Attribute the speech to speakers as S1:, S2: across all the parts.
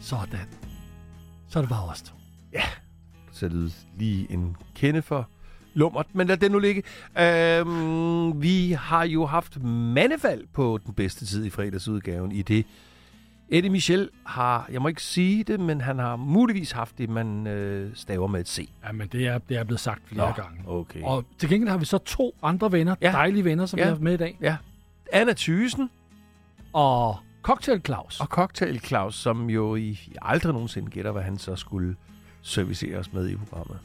S1: Sådan. Så er det bare os to.
S2: således lige en kende for lummert, men lad det nu ligge. Øhm, vi har jo haft mandefald på den bedste tid i fredagsudgaven i det. Eddie Michel har, jeg må ikke sige det, men han har muligvis haft det, man øh, staver med et C.
S1: Jamen, det er, det er blevet sagt flere Nå. gange.
S2: okay. Og
S1: Og til gengæld har vi så to andre venner, ja.
S2: Ja.
S1: dejlige venner, som ja.
S2: Ja.
S1: vi har haft med i dag.
S2: Anna Thysen
S1: Og Cocktail Claus.
S2: og Cocktail Claus, som jo I, I aldrig nogensinde gætter, hvad han så skulle servicere os med i programmet.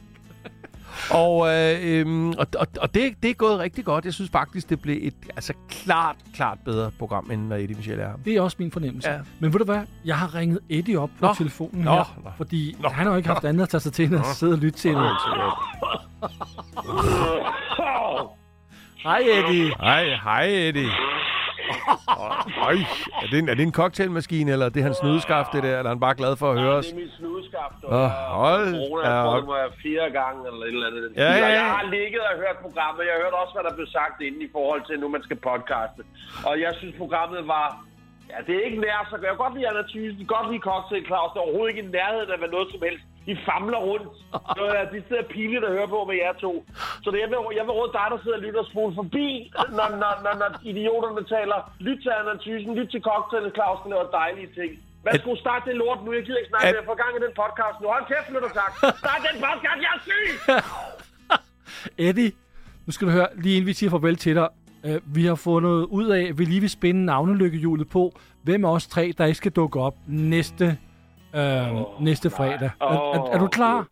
S2: og øh, øhm, og, og, og det, det er gået rigtig godt. Jeg synes faktisk, det blev et altså, klart, klart bedre program, end når Eddie Michel er.
S1: Det er også min fornemmelse. Ja.
S2: Ja.
S1: Men ved du hvad? Jeg har ringet Eddie op på Nå.
S2: Nå.
S1: telefonen
S2: Nå.
S1: her,
S2: Nå.
S1: fordi Nå.
S2: Nå.
S1: han har jo ikke haft andet at tage sig til, end at sidde og lytte til en Hej Eddie.
S2: Hej, hej Eddie. Øj, er det, en, er det en cocktailmaskine, eller er det hans snudeskaft, det der? Eller er han bare glad for at høre os?
S3: Det er min snudeskaft, og
S2: Åh,
S3: oh,
S2: hold
S3: corona,
S2: da
S3: jeg tror,
S2: op.
S3: det var fire gange eller et eller andet. den
S2: Ja,
S3: stil.
S2: ja,
S3: Og
S2: ja.
S3: Jeg har ligget og hørt programmet. Jeg hørte også, hvad der blev sagt inden i forhold til, nu man skal podcaste. Og jeg synes, programmet var... Ja, det er ikke nær så godt. Jeg kan godt lide Anna Thysen, godt lide Cocktail Claus. Det er overhovedet ikke i nærheden af hvad noget som helst. I famler rundt. Det er de steder pinligt at høre på med jer to. Så det, jeg, vil, jeg vil råde dig, der sidder og lytter og spole forbi, når, når, når, når idioterne taler. Lyt til Anna Thysen, lyt til Cocktail Claus, der laver dejlige ting. Værsgo, start det lort nu. Jeg gider ikke snakke
S2: At-
S3: mere. Få gang i den podcast nu. Hold kæft, lytter tak. Start den podcast, jeg er syg!
S1: Eddie, nu skal du høre, lige inden vi siger farvel til dig, øh, vi har fundet ud af, at vi lige vil spænde navnelykkehjulet på, hvem af os tre, der ikke skal dukke op næste, øh, oh, næste fredag. Oh, er, er, er du klar?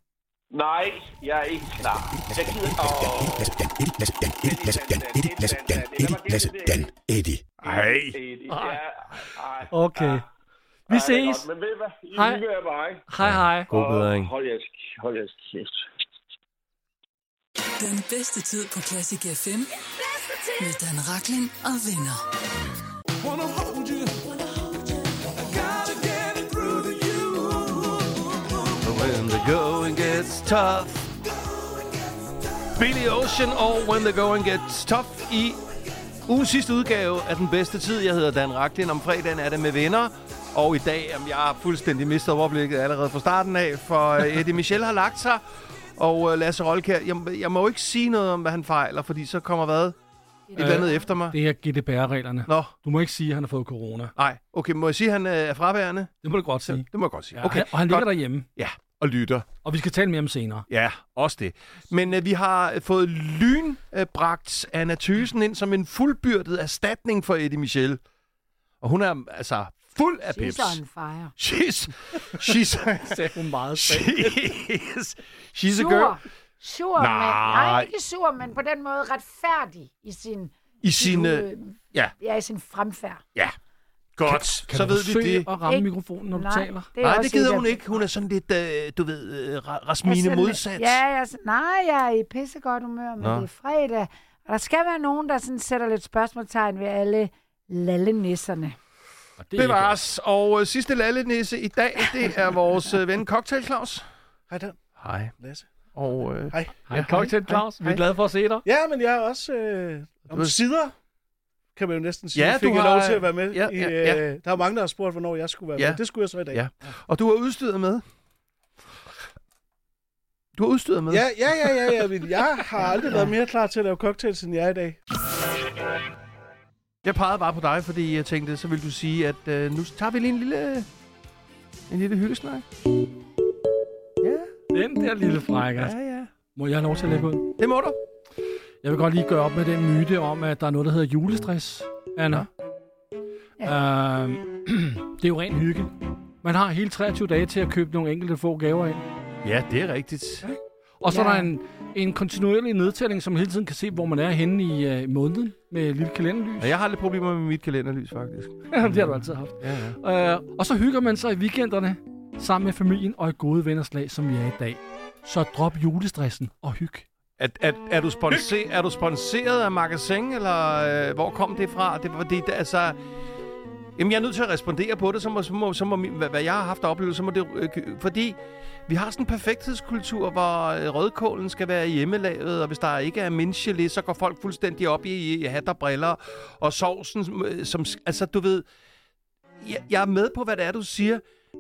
S3: Nej, jeg er ikke klar. Jeg gider... Åh,
S4: Lasse Dan, Eddie, Lasse Dan, Eddie, Lasse Dan, Eddie, Lasse Dan, Eddie, Lasse Dan, Eddie.
S2: Hej.
S3: det- ja, ej,
S1: Okay.
S3: ah,
S1: Vi
S3: ej, det er
S1: ses.
S3: godt, Men ved I hvad? I
S1: Hej.
S3: hygger jer bare, ikke?
S1: Hej hej.
S2: God bedring.
S3: Åh, Hold jeres, hold jeres kæft.
S5: Den bedste tid på Classic FM. Med Dan Rakling og venner.
S2: When the going gets tough. Billy Ocean og When the going gets tough i ugens sidste udgave af den bedste tid. Jeg hedder Dan Raklin. Om fredagen er det med venner. Og i dag, jamen, jeg har fuldstændig mistet overblikket allerede fra starten af, for øh, Eddie Michel har lagt sig. Og øh, Lasse Rolkær, jeg, jeg må jo ikke sige noget om, hvad han fejler, fordi så kommer hvad? Et eller andet efter mig?
S1: Det er GDPR-reglerne.
S2: Nå,
S1: Du må ikke sige, at han har fået corona.
S2: nej. Okay, må jeg sige, at han øh, er fraværende?
S1: Det må du godt sige.
S2: Det må jeg godt sige.
S1: Ja, okay,
S2: Okay,
S1: han, og han ligger
S2: godt.
S1: derhjemme,
S2: Ja, og lytter.
S1: og vi skal tale mere om senere.
S2: Ja, også det. Men øh, vi har øh, fået lynbragt øh, Anna Thysen ind som en fuldbyrdet erstatning for Eddie Michel. Og hun er altså fuld af pips.
S6: She's on fire.
S2: She's, she's,
S1: Sagde hun meget
S2: she's, she's a girl
S6: Sur. Sur, men, nej,
S2: Nej.
S6: ikke sur, men på den måde retfærdig i sin,
S2: i sin... Øh,
S6: øh,
S2: ja.
S6: ja, i sin fremfærd.
S2: godt,
S1: Kan
S2: så
S1: du
S2: ved vi
S1: forsøge
S2: det.
S1: at ramme
S6: Ikke-
S1: mikrofonen, når du taler?
S6: er
S2: Nej,
S6: også
S2: det gider
S6: et af-
S2: hun ikke. Hun er sådan lidt, øh, du ved, øh, Ra-
S6: Jeg er
S2: Rasmine
S6: sådan-
S2: modsat.
S6: Ja, jeg, er sådan- nej, jeg er i pissegodt humør, men
S2: Nå.
S6: det er fredag. Og der skal være nogen, der sådan sætter lidt spørgsmålstegn ved alle lallenisserne.
S1: Og
S2: Det var os. Og øh, sidste lallenisse i dag, det er vores øh, ven Cocktail Claus.
S7: Hej Dan.
S2: Hej.
S7: Lasse.
S2: Og øh,
S7: Hej.
S1: Hej, Cocktail Claus. Vi er
S2: hej.
S1: glade for at se dig.
S7: Ja, men jeg er også øh, om
S2: Du er-
S7: sider, kan man jo næsten sige.
S2: Ja,
S7: fik
S2: du
S7: jeg
S2: har-
S7: lov til at være med.
S2: Ja,
S7: i,
S2: ja, ja.
S7: Øh, der er mange, der har spurgt, hvornår jeg skulle være
S2: Ja.
S7: med. Det skulle jeg så i dag.
S2: Ja. Og du har udstyret med? Du har udstyret med?
S7: Ja, ja, ja, ja, ja, men jeg har aldrig været mere klar til at lave cocktails, end jeg er i dag.
S2: Jeg pegede bare på dig, fordi jeg tænkte, så vil du sige, at øh, nu tager vi lige en lille, en lille hyldesnak. Ja,
S1: Den der lille frække.
S2: ja, ja.
S1: Må jeg have lov til at lægge ud?
S2: Det må du.
S1: Jeg vil godt lige gøre op med den myte om, at der er noget, der hedder julestress, Anna. Ja. Øhm, det er jo ren hygge. Man har hele 23 dage til at købe nogle enkelte få gaver ind.
S2: Ja, det er rigtigt.
S1: Og så ja.
S6: Ja.
S1: er der en, en kontinuerlig nedtælling, som hele tiden kan se, hvor man er henne i øh, måneden med et lille kalenderlys.
S2: Og jeg har lidt problemer med mit kalenderlys, faktisk.
S1: Ja, det har du altid haft.
S2: Ja, ja.
S1: Øh, og så hygger man sig i weekenderne sammen med familien og i gode venners lag, som vi er i dag. Så drop julestressen og hyg.
S2: Er, er, er, du, sponser, er du sponsoreret af Magasin, eller øh, hvor kom det fra? Det var det, der- altså... Jamen, jeg er nødt til at respondere på det, så må, så må, så må min- hvad, hvad jeg har haft af oplevelse, så må det, øh, gy- fordi vi har sådan en perfekthedskultur, hvor øh, rødkålen skal være i hjemmelavet, og hvis der ikke er mindgelé, så går folk fuldstændig op i, i hat og briller, og sovsen, som, øh, som altså, du ved, jeg, jeg er med på, hvad det er, du siger,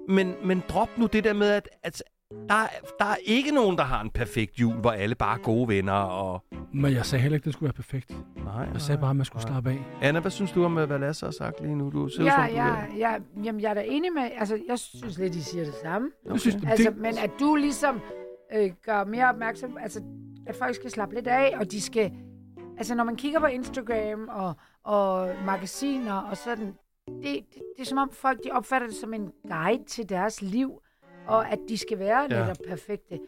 S2: Men, men drop nu det der med, at, at der, er- der er ikke nogen, der har en perfekt jul, hvor alle bare er gode venner. Og...
S1: Men jeg sagde heller ikke, det skulle være perfekt.
S2: Nej,
S1: Jeg sagde bare, at man skulle slappe af.
S2: Anna, hvad synes du om, øh, hvad Lasse har sagt lige nu? Du ser ud
S6: Ja,
S2: som, du
S6: ja,
S2: er-
S6: ja, jamen, jeg er da enig med... Altså, jeg synes lidt, I siger det samme.
S1: Jeg synes, det,
S6: Altså, men at du ligesom øh, gør mere opmærksom... Altså, at folk skal slappe lidt af, og de skal... Altså, når man kigger på Instagram og, og magasiner og sådan, det, det, det er som om folk, de opfatter det som en guide til deres liv, og at de skal være
S2: Ja.
S6: ja. netop perfekte.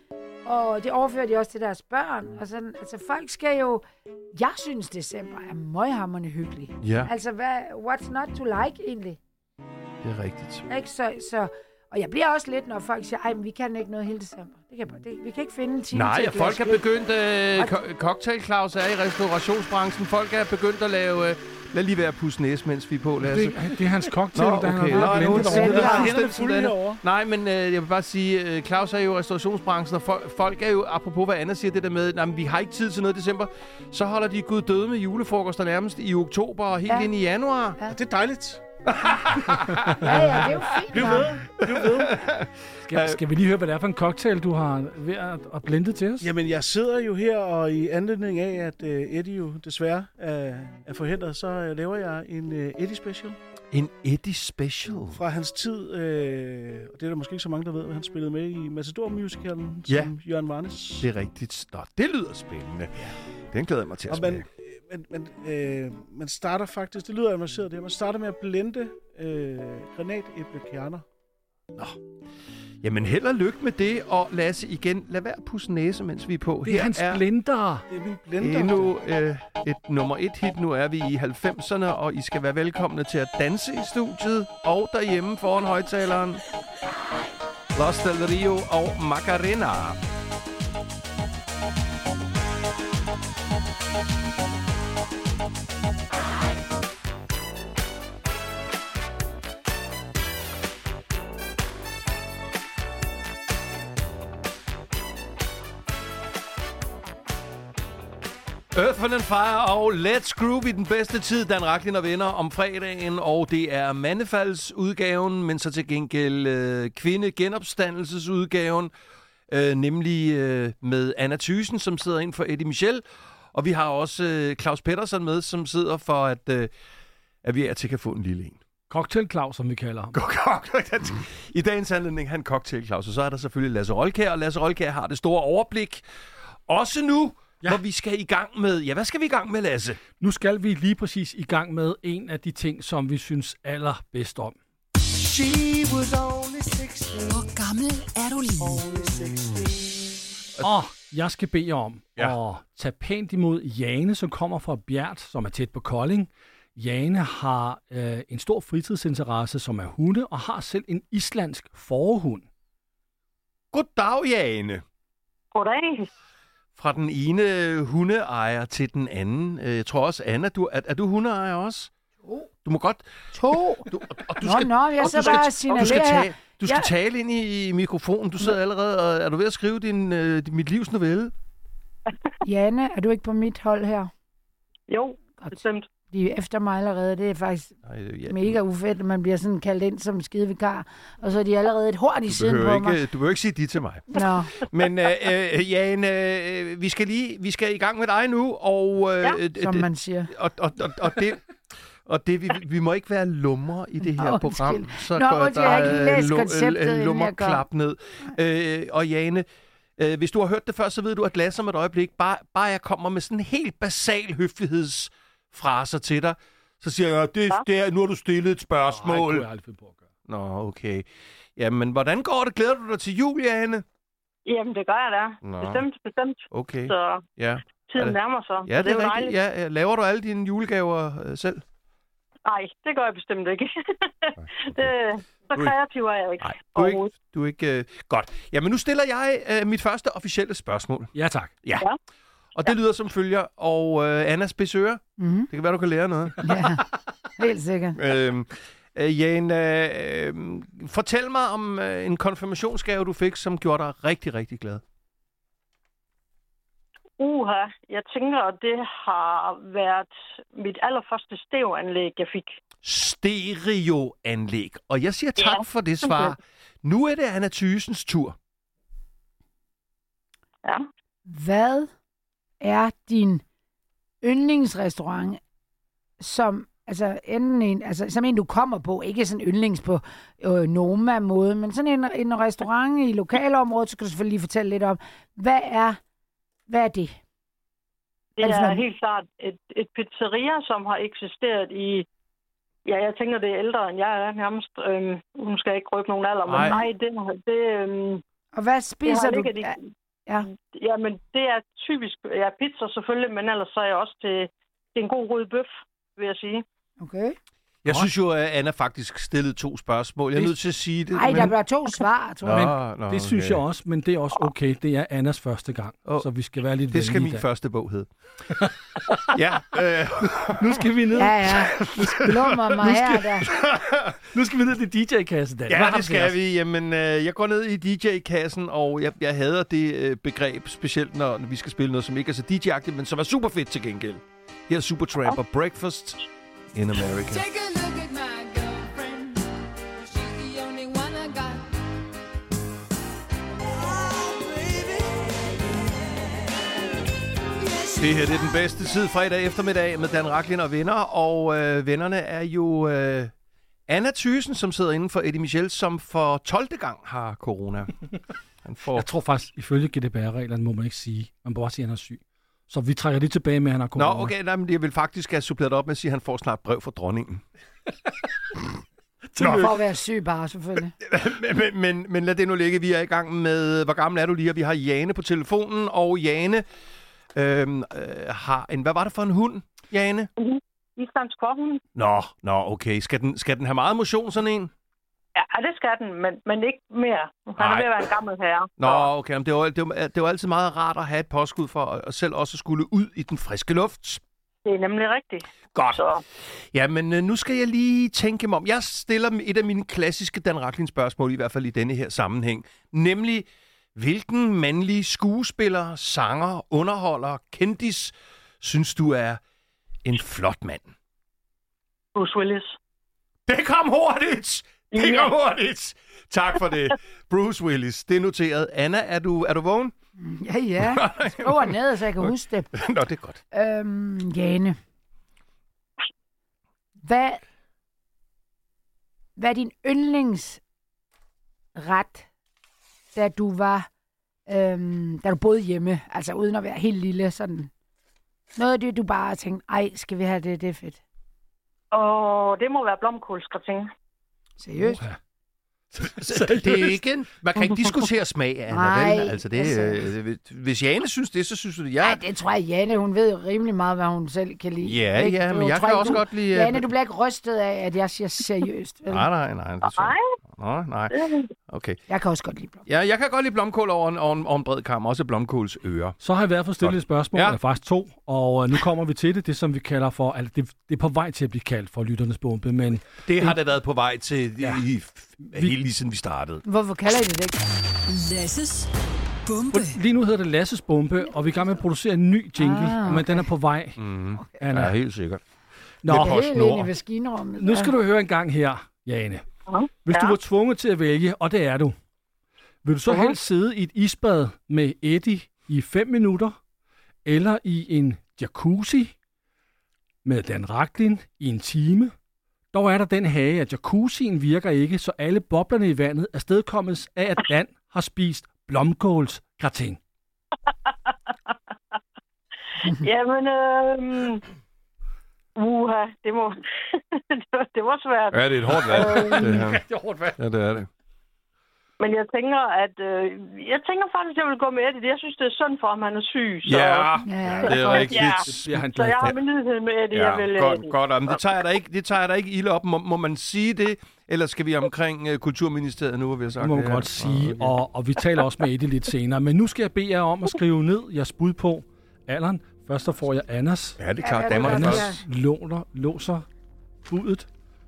S6: Og det overfører de også til deres børn. Og sådan, altså, folk skal jo... Jeg synes, december er møghammerende hyggelig.
S2: ja,
S6: Altså, hvad, what's not to like egentlig?
S2: det er rigtigt.
S6: Ikke? Så, så, og jeg bliver også lidt, når folk siger, ej, men vi kan ikke noget hele december. Det kan, jeg bare- det, vi kan ikke finde en time
S2: Nej,
S6: til
S2: og
S6: et glas
S2: folk er
S6: vin.
S2: begyndt... Øh, ko- cocktail Claus er i restaurationsbranchen. Folk er begyndt at lave... Øh, lad lige være at pusse næse, mens vi er på, Lasse.
S1: det, det er hans
S2: Nå,
S1: cocktail, der
S2: okay.
S1: han har
S2: Nå, nu
S1: blandet
S2: er det
S1: over.
S6: over.
S2: fuldstændig
S7: Fulde
S2: sådan.
S7: over.
S2: Nej, men øh, jeg vil bare sige, øh, Claus er jo i restaurationsbranchen, og fol- folk er jo, apropos hvad Anna siger, det der med, at vi har ikke tid til noget i december, så holder de gud døde med julefrokoster nærmest i oktober og helt
S6: Ja.
S2: ind i januar.
S7: Det er dejligt.
S6: Ja, ja, det er jo fint.
S7: Bliv
S6: nok.
S7: ved. Bliv ved.
S1: Skal, skal vi lige høre, hvad det er for en cocktail, du har ved at, at blende til os?
S7: Jamen, jeg sidder jo her, og i anledning af, at øh, Eddie jo desværre er, er forhindret, så øh, laver jeg en øh, Eddie-special
S2: En Eddie Special.
S7: fra hans tid. Øh, og det er der måske ikke så mange, der ved, hvad han spillede med i Matador Musicalen,
S2: Ja.
S7: som Jørgen Varnes.
S2: Det er rigtigt. Nå, det lyder spændende. Den glæder jeg mig til at
S7: Og man,
S2: smage.
S7: øh, man, man, øh, man starter faktisk, det lyder avanceret det her, man starter med at blende øh, granatæblekerner.
S2: Jamen, held og lykke med det, og Lasse, igen, lad være at pusse næse, mens vi er på.
S1: Det er hans blender.
S7: Det er min blender.
S2: endnu øh, et nummer et hit. Nu er vi i 90'erne, og I skal være velkomne til at danse i studiet og derhjemme foran højtaleren. Los del Rio og Macarena. Earth, Wind and Fire og Let's Groove i den bedste tid. Dan Raklin og venner om fredagen, og det er mandefaldsudgaven, men så til gengæld øh, kvindegenopstandelsesudgaven, øh, nemlig øh, med Anna Thysen, som sidder ind for Eddie Michel, og vi har også øh, Claus Pettersson med, som sidder for, at, øh, at vi er til kan få en lille en.
S1: Cocktail Claus, som vi kalder ham.
S2: Cocktail. I dagens anledning, han cocktail, Claus. Og så er der selvfølgelig Lasse Rolkær, og Lasse Rolkær har det store overblik. Også nu, ja. hvor vi skal i gang med... Ja, hvad skal vi i gang med, Lasse?
S1: Nu skal vi lige præcis i gang med en af de ting, som vi synes allerbedst om.
S5: Hvor gammel er du lige?
S1: Og jeg skal bede jer om
S2: Ja.
S1: ja. at tage pænt imod Jane, som kommer fra Bjert, som er tæt på Kolding. Jane har øh, en stor fritidsinteresse, som er hunde, og har selv en islandsk forhund.
S2: Goddag, Jane.
S8: Goddag.
S2: Fra den ene øh, hundeejer til den anden. Øh, Jeg tror også, Anna, du, er, er du hundeejer også? Jo. Du må godt... To. Du, og, og du
S6: Nå,
S2: skal,
S6: nå, jeg
S2: og
S6: sidder
S2: du
S6: bare og
S2: skal, og du skal,
S6: signalerer
S2: tale,
S6: her.
S2: du skal
S6: Jeg-
S2: tale ind i, i mikrofonen. Du sidder allerede og... Er du ved at skrive din, øh, mit livs novelle?
S6: Janne, er du ikke på mit hold her?
S8: Jo, bestemt.
S6: De er efter mig allerede. Det er faktisk
S2: Nej, øh,
S6: ja. mega ufedt, at man bliver sådan kaldt ind som skidevikar. Og så er de allerede et hurtigt i
S2: Du
S6: siden på
S2: behøver,
S6: mig.
S2: ikke, du behøver ikke sige de til mig.
S6: Nå,
S2: Men øh, øh, Jan, øh, vi skal lige vi skal i gang med dig nu, og, øh,
S8: Ja.
S2: øh,
S6: som
S2: det,
S6: man siger.
S2: og, og, og, og det... Og det, vi, vi må ikke være lumre i det her
S6: Nå,
S2: Nå,
S6: undskyld.
S2: program, så
S6: Nå,
S2: går
S6: undskyld, jeg har ikke lige
S2: øh,
S6: læst
S2: lu- øh,
S6: konceptet, inden jeg
S2: lummerklap ned. Øh, og Jane, øh, hvis du har hørt det før, så ved du, at Lasse om et øjeblik, bare, bare jeg kommer med sådan en helt basal høflighedsfraser til dig, så siger jeg, det, det er, nu har du stillet et
S1: Ej, det
S2: spørgsmål.
S1: kunne jeg aldrig finde på at gøre.
S2: Nå, okay. Jamen, hvordan går det? Glæder du dig til jul, Jane?
S8: Jamen, det gør jeg da.
S2: Nå.
S8: Bestemt, bestemt.
S2: Okay,
S8: Så
S2: ja. Er
S8: tiden
S2: det-
S8: nærmer sig.
S2: Ja,
S8: så
S2: det
S8: jo
S2: er rigtigt.
S8: dejligt.
S2: Ja, øh, laver du alle dine julegaver øh, selv?
S8: Nej, det gør jeg bestemt ikke. det, så
S2: Du er ikke-
S8: kreativ er jeg ikke.
S2: Nej, du er ikke.
S8: overhovedet.
S2: Du er ikke øh, godt. Jamen, nu stiller jeg øh, mit første officielle spørgsmål.
S1: Ja, tak.
S2: Og det lyder som følger. Og øh, Anna Spidsøer,
S6: Mhm.
S2: det kan være, du kan lære noget.
S6: Ja, helt sikkert.
S2: øhm, øh, Jan, øh, øh, fortæl mig om øh, en konfirmationsgave, du fik, som gjorde dig rigtig, rigtig glad.
S8: Uha, jeg tænker, at det har været mit allerførste stævanlæg, jeg fik.
S2: Stereoanlæg. Og jeg siger tak
S8: Ja,
S2: for det
S8: sådan
S2: svar. Nu er det Anna Thysens tur.
S8: Ja.
S6: Hvad er din yndlingsrestaurant, som altså enten en, altså som en du kommer på, ikke sådan yndlings på øh, Noma måde, men sådan en, en restaurant i lokalområdet, så kan du selvfølgelig lige fortælle lidt om, hvad er hvad er det? Hvad
S8: Det
S6: er det for
S8: er
S6: noget?
S8: helt klart et, et pizzeria, som har eksisteret i... Ja, jeg tænker, det er ældre, end jeg er nærmest. Øhm, nu skal jeg ikke røbe nogen alder,
S2: Nej.
S8: men nej, det, det, øhm,
S6: Og hvad
S8: det
S6: spiser du?
S8: ligget i-
S6: Ja.
S8: Jamen, det er typisk... Ja, pizza selvfølgelig, men ellers så er jeg også til, til en god rød bøf, vil jeg sige.
S6: Okay.
S2: Jeg synes jo, at Anna faktisk stillede to spørgsmål. Jeg er
S1: Det-
S2: nødt til at sige det.
S6: Nej, der bliver to svar, tror jeg.
S1: men
S2: Nå, nå,
S1: Det synes
S2: okay.
S1: jeg også, men det er også okay. Det er Annas første gang,
S2: Åh,
S1: så vi skal være lidt
S2: Det skal
S1: venlige i
S2: min
S1: dag.
S2: første bog hedde. ja, øh,
S1: Nu skal vi ned,
S6: Ja, ja. Blummer mig her, der.
S1: nu skal vi ned til DJ-kassen, Dan. Hvad
S2: ja
S1: har du
S2: det
S1: til os?
S2: skal vi. Jamen, øh, jeg går ned i DJ-kassen, og jeg, jeg hader det øh, begreb, specielt når vi skal spille noget, som ikke er så DJ-agtigt, men som er super fedt til gengæld. Her er Supertramp og Breakfast in America.
S9: Take a look at my girlfriend. She's the only one I got.
S2: Det her det er den bedste tid fredag eftermiddag med Dan Raklin og venner, og øh, vennerne er jo øh, Anna Thysen, som sidder inden for Eddie Michel, som for 12. gang har corona. Han får
S1: Jeg tror faktisk, ifølge GDPR-reglerne må man ikke sige, man må bare sige, at han er syg. Så vi trækker lige tilbage med, at han har corona.
S2: Nå, okay, nej, men jeg vil faktisk have suppleret op med at sige, at han får snart brev fra dronningen.
S6: For at være syg bare, selvfølgelig.
S2: Men, men, men, men lad det nu ligge. Vi er i gang med, hvor gammel er du lige? Og vi har Jane på telefonen, og Jane øhm, øh, har en... Hvad var det for en hund, Jane?
S8: Islands Korhund.
S2: Nå, nå, okay. Skal den, skal den have meget motion, sådan en?
S8: Ja, det skal den, men, men ikke mere. Han
S2: Nej.
S8: er ved at være en gammel herre.
S2: Nå,
S8: Så-
S2: okay. Jamen, det, var, det, var, det var altid meget rart at have et påskud for, og og selv også skulle ud i den friske luft.
S8: Det er nemlig rigtigt.
S2: Godt.
S8: Så
S2: Jamen, øh, nu skal jeg lige tænke mig om. Jeg stiller dem et af mine klassiske Dan Racklin spørgsmål, i hvert fald i denne her sammenhæng. Nemlig, hvilken mandlig skuespiller, sanger, underholder, kendis, synes du er en flot mand?
S8: Bruce Willis.
S2: Det kom hurtigt! Det
S8: Ja.
S2: kom hurtigt! Tak for det. Bruce Willis, det er noteret. Anna, er du, er du vågen?
S6: Ja, ja. Skriver ned, så jeg kan huske det.
S2: Nå, det er godt.
S6: Øhm, Jane. Hvad, hvad er din yndlingsret, da du var, øhm, da du boede hjemme? Altså uden at være helt lille, sådan. Noget af det, du bare tænkte, ej, skal vi have det, det er fedt.
S8: Og det må være blomkålsgratin.
S6: Seriøst?
S2: Det er ikke en, man kan ikke diskutere smag, Anna.
S6: Nej,
S2: vel? Altså, det,
S6: altså.
S2: øh, hvis Jane synes det, så synes du det. Jeg,
S6: Nej, det tror jeg, Janne, hun ved jo rimelig meget, hvad hun selv kan lide.
S2: Ja,
S6: Ikke?
S2: ja,
S6: Du
S2: men jeg
S6: tror
S2: kan
S6: ikke,
S2: også
S6: du,
S2: godt lide, øh,
S6: Janne, du bliver ikke rystet af, at jeg siger seriøst. vel?
S2: Nej, nej, nej. Det tror jeg
S8: Nej,
S2: ikke. Nå, nej. Okay.
S6: Jeg kan også godt lide blom.
S2: Ja, jeg kan godt lide blomkål over en, over en, over en bred kamp. Også blomkåls ører.
S1: Så har jeg været for stillet et spørgsmål,
S2: Ja.
S1: ja. eller faktisk to, og øh, nu kommer vi til det, det som vi kalder for, altså det, det er på vej til at blive kaldt for lytternes bombe, men
S2: Det har da været på vej til ja. i,
S1: Vi-
S2: helt lige siden vi startede.
S6: Hvorfor kalder I det det ikke?
S5: Lasses bombe.
S1: lige nu hedder det Lasses bombe, og vi er i gang med at producere en ny jingle,
S6: Ah,
S1: ah,
S6: okay.
S1: okay. men den er på vej. Mm. Anna.
S2: Mhm. Ja, helt sikkert.
S1: Nå,
S2: det
S6: Jeg
S2: Og
S6: er helt
S2: snor.
S6: enig i maskinrummet.
S1: nu skal du høre en gang her, Jane. Hvis du
S8: Ja.
S1: var tvunget til at vælge, og det er du, vil du så
S8: Mhm.
S1: helst sidde i et isbad med Eddie i 5 minutter, eller i en jacuzzi med Dan Raklin i en time? Dog er der den hage, at jacuzzien virker ikke, så alle boblerne i vandet er stedkommet af, at Dan har spist blomkålsgratin.
S8: Jamen, øh, uha, det må... det, var, det var svært.
S2: Ja, det er et hårdt valg. det her.
S1: Det er hårdt
S2: Ja, det er det.
S8: Men jeg tænker, at... Øh, jeg tænker faktisk, at jeg vil gå med Eddie. Jeg synes, det er synd for ham, han er syg. Så,
S6: Ja,
S2: det er
S8: Ja.
S2: rigtigt.
S1: bliver han
S8: så
S1: glad
S8: jeg har
S1: for.
S8: min nyhed med Eddie. jeg vil, øh,
S2: godt, godt. Jamen, det tager jeg da ikke, det tager jeg da ikke ilde op. Må, må man sige det? Eller skal vi omkring uh, Kulturministeriet nu, hvor vi har sagt
S1: Det må man
S2: her?
S1: godt sige,
S2: Nå,
S1: og, og vi taler også med Eddie lidt senere. Men nu skal jeg bede jer om at skrive ned jeres bud på alderen. Først så får jeg Anders,
S2: Ja, det er klart.
S6: Ja,
S2: Damerne
S6: det er
S2: først.
S1: Anders låner, låser budet,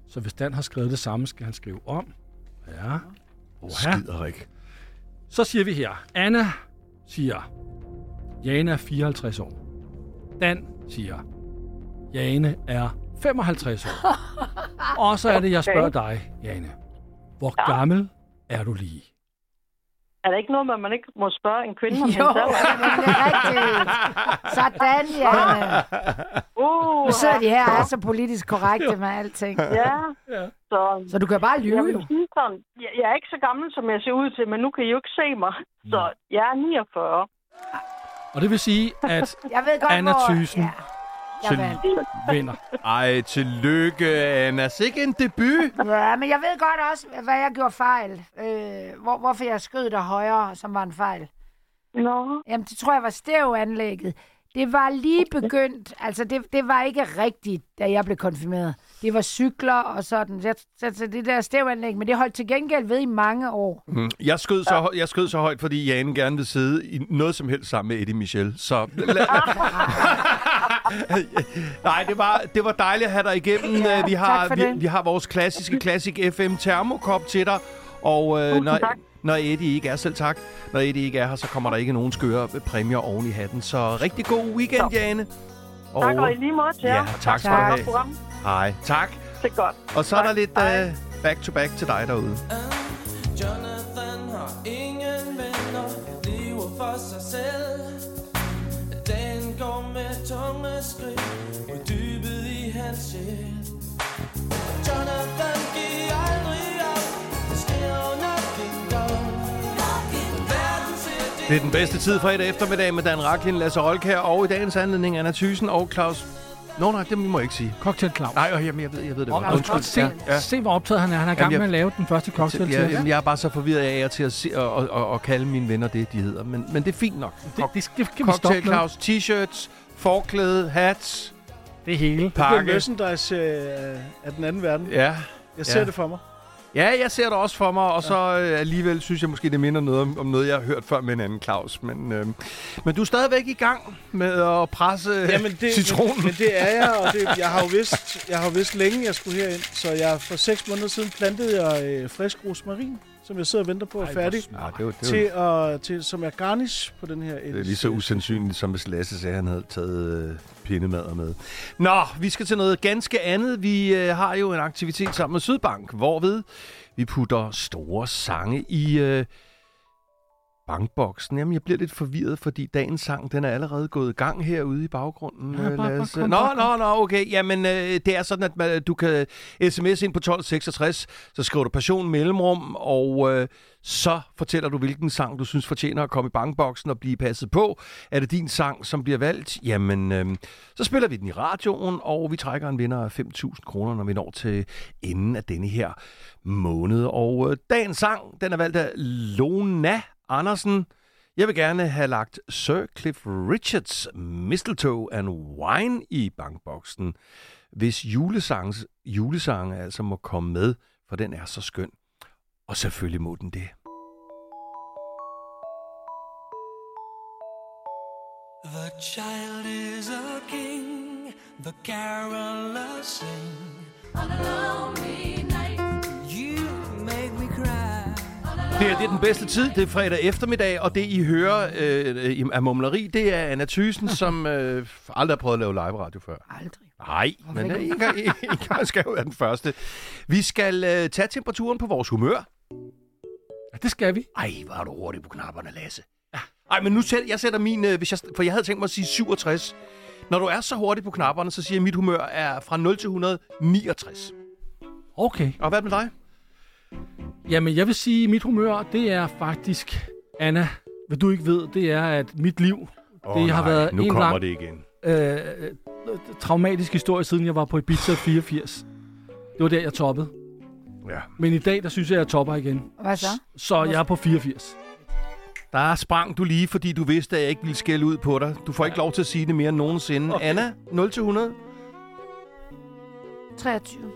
S1: så hvis Dan har skrevet det samme, skal han skrive om. Ja. Oha.
S2: Skider ikke.
S1: Så siger vi her, Anna siger, Jane er 54 år. Dan siger, Jane er 55 år. Og så er det, jeg spørger dig, Jane. Hvor gammel er du lige?
S8: Er der ikke noget med, at man ikke må spørge en kvinde om
S6: Jo,
S8: hendes alder?
S6: det er rigtigt. Sådan, ja.
S8: Uh,
S6: Nu sidder de her og er så politisk korrekte med alting.
S8: Ja, så...
S6: Så du kan bare
S8: Jeg,
S6: lyve
S8: vil
S6: jo.
S8: sige sådan, jeg, jeg er ikke så gammel, som jeg ser ud til, men nu kan I jo ikke se mig.
S2: Mm.
S8: Så jeg er 49.
S1: Og det vil sige, at
S6: Jeg ved godt,
S1: Anna
S6: hvor...
S1: Thyssen.
S6: Ja. Jeg vandt.
S1: vinder.
S2: Ej, tillykke, Anna. Sikke en debut.
S6: Ja, men jeg ved godt også, hvad jeg gjorde fejl. Øh, hvor, hvorfor jeg skød dig højere, som var en fejl.
S8: Nå.
S6: Jamen, det tror jeg var stævanlægget. Det var lige begyndt, altså det, det var ikke rigtigt, da jeg blev konfirmeret. Det var cykler og sådan, så, så, så det der stævanlæg, men det holdt til gengæld ved i mange år.
S2: Mm. Jeg, skød så, hø- jeg skød så højt, fordi Jane gerne vil sidde i noget som helst sammen med Eddie Michel. Så... Nej, det var, det var dejligt at have dig igennem. Øh, vi,
S6: tak
S2: har,
S6: for
S2: vi,
S6: det.
S2: vi har vores klassiske Classic FM termokop til dig. Og øh, når,
S8: tak.
S2: når Eddie ikke er selv tak, når Eddie ikke er her, så kommer der ikke nogen skøre præmier oven i hatten. Så rigtig god weekend, Jane. Og,
S8: Tak og i lige måde til
S2: ja,
S8: jer.
S2: tak skal du
S8: Tak.
S2: have.
S8: Godt program.
S2: Hej. Tak.
S8: Det er godt.
S2: Og så er der lidt
S8: Hej.
S2: øh, back-to-back til dig derude.
S9: Jonathan har ingen venner, lever for sig selv. Dagen går med tunge skridt, uddybet i hans sjæl. Jonathan giver aldrig op, det sker under kingdom. Verden ser det
S2: Det er den bedste tid fredag eftermiddag med Dan Raklin, Lasse Rolkær og i dagens anledning Anna Thysen og Claus... Nå nej, det må jeg ikke sige.
S1: Cocktail Claus.
S2: Nej, øh, jamen, jeg ved, jeg ved det
S1: Og
S2: godt.
S1: man kan godt se,
S2: Ja, ja.
S1: se, hvor optaget han er. Han er i
S2: Jamen,
S1: gang
S2: jeg-
S1: med at lave den første cocktail til
S2: Ja,
S1: os.
S2: jamen, jeg er bare så forvirret af jer til at se, og, og, og, og kalde mine venner det, de hedder. Men, men det er fint nok.
S1: Det, det, skal, det skal vi stoppe
S2: Cocktail
S1: med.
S2: Claus, t-shirts, forklæde, hats,
S1: Det hele.
S7: Det er
S2: pakke.
S7: merchandise øh, af den anden verden.
S2: Ja.
S7: Jeg ser
S2: Ja.
S7: det for mig.
S2: ja, jeg ser det også for mig, og så øh, alligevel synes jeg måske, det minder noget om, om noget, jeg har hørt før med en anden Claus. Men, øh, men du er stadigvæk i gang med at presse Jamen, det, citronen.
S7: Men, men det er jeg, og det, jeg har jo vidst, jeg har jo vidst længe, jeg skulle herind. Så jeg for seks måneder siden plantede jeg øh, frisk rosmarin, som jeg sidder og venter på at færdig.
S2: Ja, Ah, det, var, det, var,
S7: Til at, til, som er garnish på den her
S2: det er lige så usandsynligt, som hvis Lasse sagde, at han havde taget øh, pindemader med. Nå, vi skal til noget ganske andet. Vi øh, har jo en aktivitet sammen med Sydbank, hvorved vi putter store sange i øh, bankboksen. Jamen, jeg bliver lidt forvirret, fordi dagens sang, den er allerede gået i gang herude i baggrunden.
S1: Ja,
S2: øh,
S1: bare- bare
S2: Lasse.
S1: kom,
S2: Nå,
S1: bare
S2: nå, nå, okay. Jamen, øh, det er sådan, at man, du kan sms ind på 1266, så skriver du passion mellemrum, og øh, så fortæller du, hvilken sang du synes fortjener at komme i bankboksen og blive passet på. Er det din sang, som bliver valgt? Jamen, øh, så spiller vi den i radioen, og vi trækker en vinder af 5.000 kroner, når vi når til enden af denne her måned. Og øh, dagens sang, den er valgt af Lona Andersen. Jeg vil gerne have lagt Sir Cliff Richards Mistletoe and Wine i bankboksen, hvis julesangs, julesange altså må komme med, for den er så skøn. Og selvfølgelig må den det.
S9: The child is a king, the caroller sing. On a lonely night, you make me cry.
S2: Det her det er den bedste tid, det er fredag eftermiddag, og det I hører øh, i- af mumleri, det er Anna Thysen, som øh, aldrig har prøvet at lave live radio før.
S6: Aldrig.
S2: Nej, men øh, en gang, en gang skal jo være den første. Vi skal øh, tage temperaturen på vores humør.
S1: Ja, det skal vi.
S2: Ej, hvor er du hurtig på knapperne, Lasse. Ej, men nu sæt, jeg sætter min... Øh, hvis jeg, for jeg havde tænkt mig at sige 67. Når du er så hurtig på knapperne, så siger jeg, at mit humør er fra 0 til 169.
S1: Okay.
S2: Og hvad med dig?
S1: Jamen, jeg vil sige, at mit humør, det er faktisk... Anna, hvad du ikke ved, det er, at mit liv, det har været en lang
S2: det igen.
S1: øh, traumatisk historie, siden jeg var på Ibiza 84. Det var der, jeg toppede.
S2: Ja.
S1: Men i dag, der synes jeg, jeg topper igen.
S6: Hvad så?
S1: Så jeg er på 84.
S2: Der sprang du lige, fordi du vidste, at jeg ikke ville skælde ud på dig. Du får ikke lov til at sige det mere end nogensinde. Okay. Anna, 0 til 100?
S6: 23.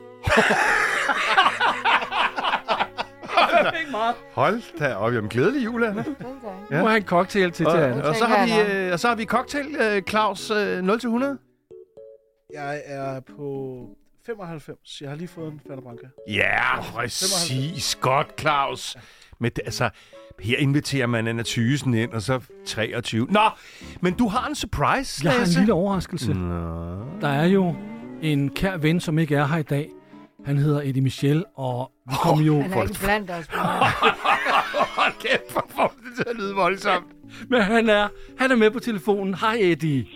S2: Hold da op, jamen glædelig jul, Anna.
S1: Ja. Nu har jeg en cocktail til til Anna.
S2: Og, og, så har vi, øh, og så har vi cocktail, øh, Claus, øh, 0 til 100?
S7: Jeg er på 95. Jeg har lige fået en Fanta Branca.
S2: Ja, præcis. Godt, Claus. Men det- altså, her inviterer man Anna Thysen ind, og så 23. Nå, men du har en surprise,
S1: Jeg har en
S2: Lasse.
S1: lille overraskelse. Der er jo en kær ven, som ikke er her i dag, Han hedder Eddie Michel, og vi kom jo...
S6: Han er ikke blandt os. men-
S2: Hold kæft, hvor får du det til at lyde voldsomt.
S1: Men han er, han er med på telefonen. Hej Eddie.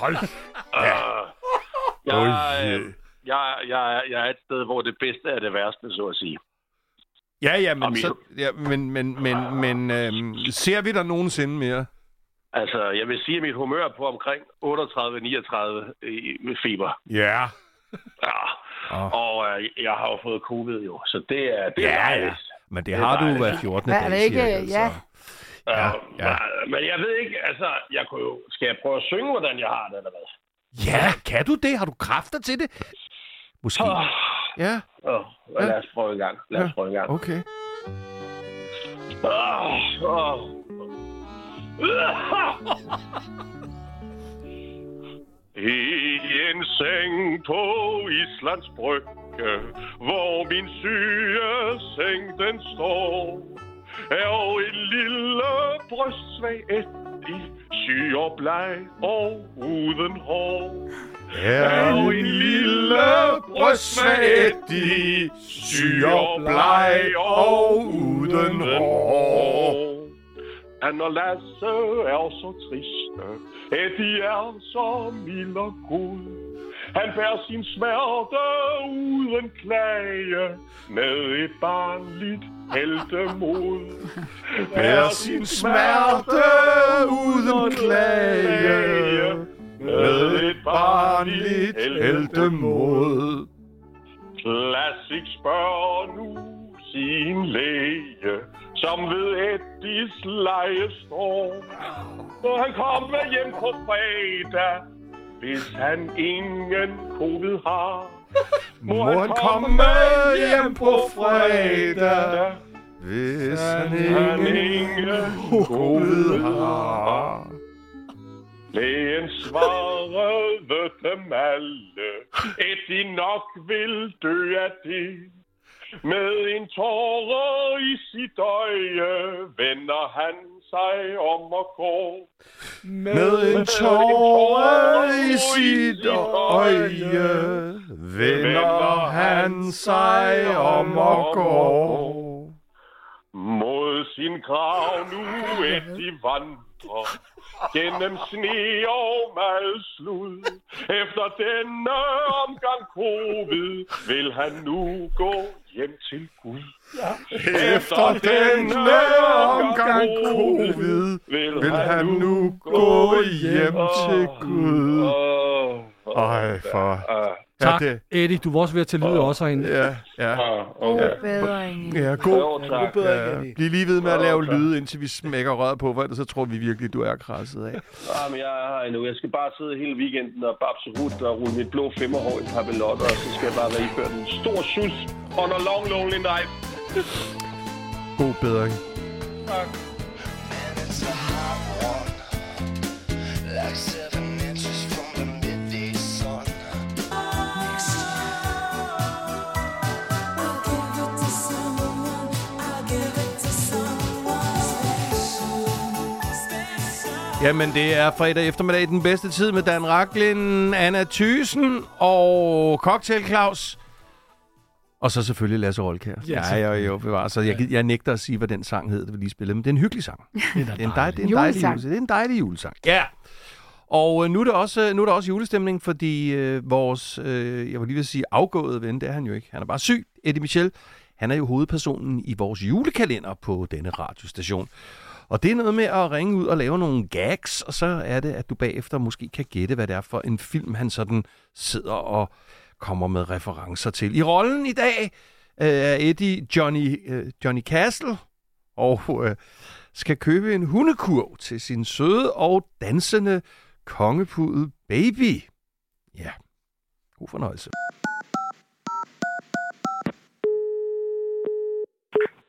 S2: Hold
S3: Jeg,
S2: Oj.
S3: øh, jeg, jeg, jeg er et sted, hvor det bedste er det værste, så at sige.
S2: Ja, ja,
S3: Og
S2: men,
S3: min-
S2: så, ja, men, men, men, men øhm, ser vi dig nogensinde mere?
S3: Altså, jeg vil sige, at mit humør er på omkring 38-39 i- med feber.
S2: Ja.
S3: Ja.
S2: Åh.
S3: Og øh, jeg har jo fået covid jo, så det er... Det er
S2: Ah. Ja, ja.
S3: dejligt.
S2: Men det,
S3: er
S2: har du
S3: dejligt.
S2: hver 14.
S6: Hvad
S2: dag, altså.
S6: er det ikke?
S2: cirka,
S6: Ja.
S2: så.
S3: Ja,
S2: ja.
S3: ja. Øh, Men jeg ved ikke, altså, jeg kunne jo... Skal jeg prøve at synge, hvordan jeg har det, eller hvad?
S2: ja, kan du det? Har du kræfter til det? Måske.
S3: Åh.
S2: Ja,
S3: Oh,
S2: Ja.
S3: lad os prøve en gang. Lad os
S2: Ah. Ja.
S3: prøve en gang.
S2: okay.
S3: Åh, åh. I en seng på Islands Brygge, hvor min syge seng den står, er jo en lille brystsvag i syg og bleg og uden hår.
S2: Ja,
S3: Er jo en lille brystsvagt
S2: i syg
S3: og bleg og uden hår. Han og Lasse er så triste, Eddie er så mild og god. Han bærer sin smerte uden klage, med et barnligt heltemod.
S2: Bær sin smerte uden klage Med et barnligt heltemod
S3: Classic spørger nu sin læge, som ved Eddies leje står. Må han komme hjem på fredag, hvis han ingen covid har.
S2: Må han komme hjem på fredag Hvis han
S3: Han
S2: ingen
S3: ingen
S2: covid har
S3: Lægen svarede dem alle, at de nok vil dø af det. Med en tårer i sit øje, vender han sig om og går.
S2: Med en tåre i sit øje Vender han sig om og går
S3: Mod sin grav nu, at de vandrer. Gennem sne og meget slud. Efter denne omgang covid, vil han nu gå hjem til Gud.
S2: Efter denne omgang covid, vil han nu gå hjem til Gud.
S3: Åh,
S2: Ej, for...
S1: Tak,
S2: Ja, det,
S1: Eddie. Du var også ved at tage lyd også herinde.
S2: ja, ja.
S3: åh, okay.
S6: Bedre end
S2: Ja,
S3: Jo,
S2: god.
S3: tak.
S2: Ja, bliv lige ved med at lave lyde, indtil vi smækker røret på, for ellers så tror vi virkelig, du er krasset af.
S3: Jamen, jeg er her endnu. Jeg skal bare sidde hele weekenden og babse rut og rulle mit blå femmerhår i papillotter, og så skal jeg bare rigføre den stor sus under long lonely night.
S2: God bedring.
S9: It's a hot one, like seven inches from the midday sun.
S5: I'll give it to someone. I'll give it to someone special.
S2: Jamen, det er fredag eftermiddag, den bedste tid med Dan Raklin, Anna Thysen og Cocktail Claus. Og så selvfølgelig Lasse Rolkær. Ja, ja, jo, bevare. Så jeg, jeg nægter at sige, hvad den sang hed, det vi lige spillede, men det er en hyggelig sang. Det er, en, dej, det er en dejlig
S6: Julesang.
S2: julesang. Det er en dejlig julesang. Ja. Og øh, nu, er det også, øh, nu er der også julestemning, fordi øh, vores, øh, jeg var lige ved at sige, afgåede ven, det er han jo ikke. Han er bare syg, Eddie Michel. Han er jo hovedpersonen i vores julekalender på denne radiostation. Og det er noget med at ringe ud og lave nogle gags, og så er det, at du bagefter måske kan gætte, hvad det er for en film, han sådan sidder og kommer med referencer til. I rollen i dag øh, er Eddie Johnny, øh, Johnny Castle, og øh, skal købe en hundekurv til sin søde og dansende kongepude baby. Ja, god fornøjelse.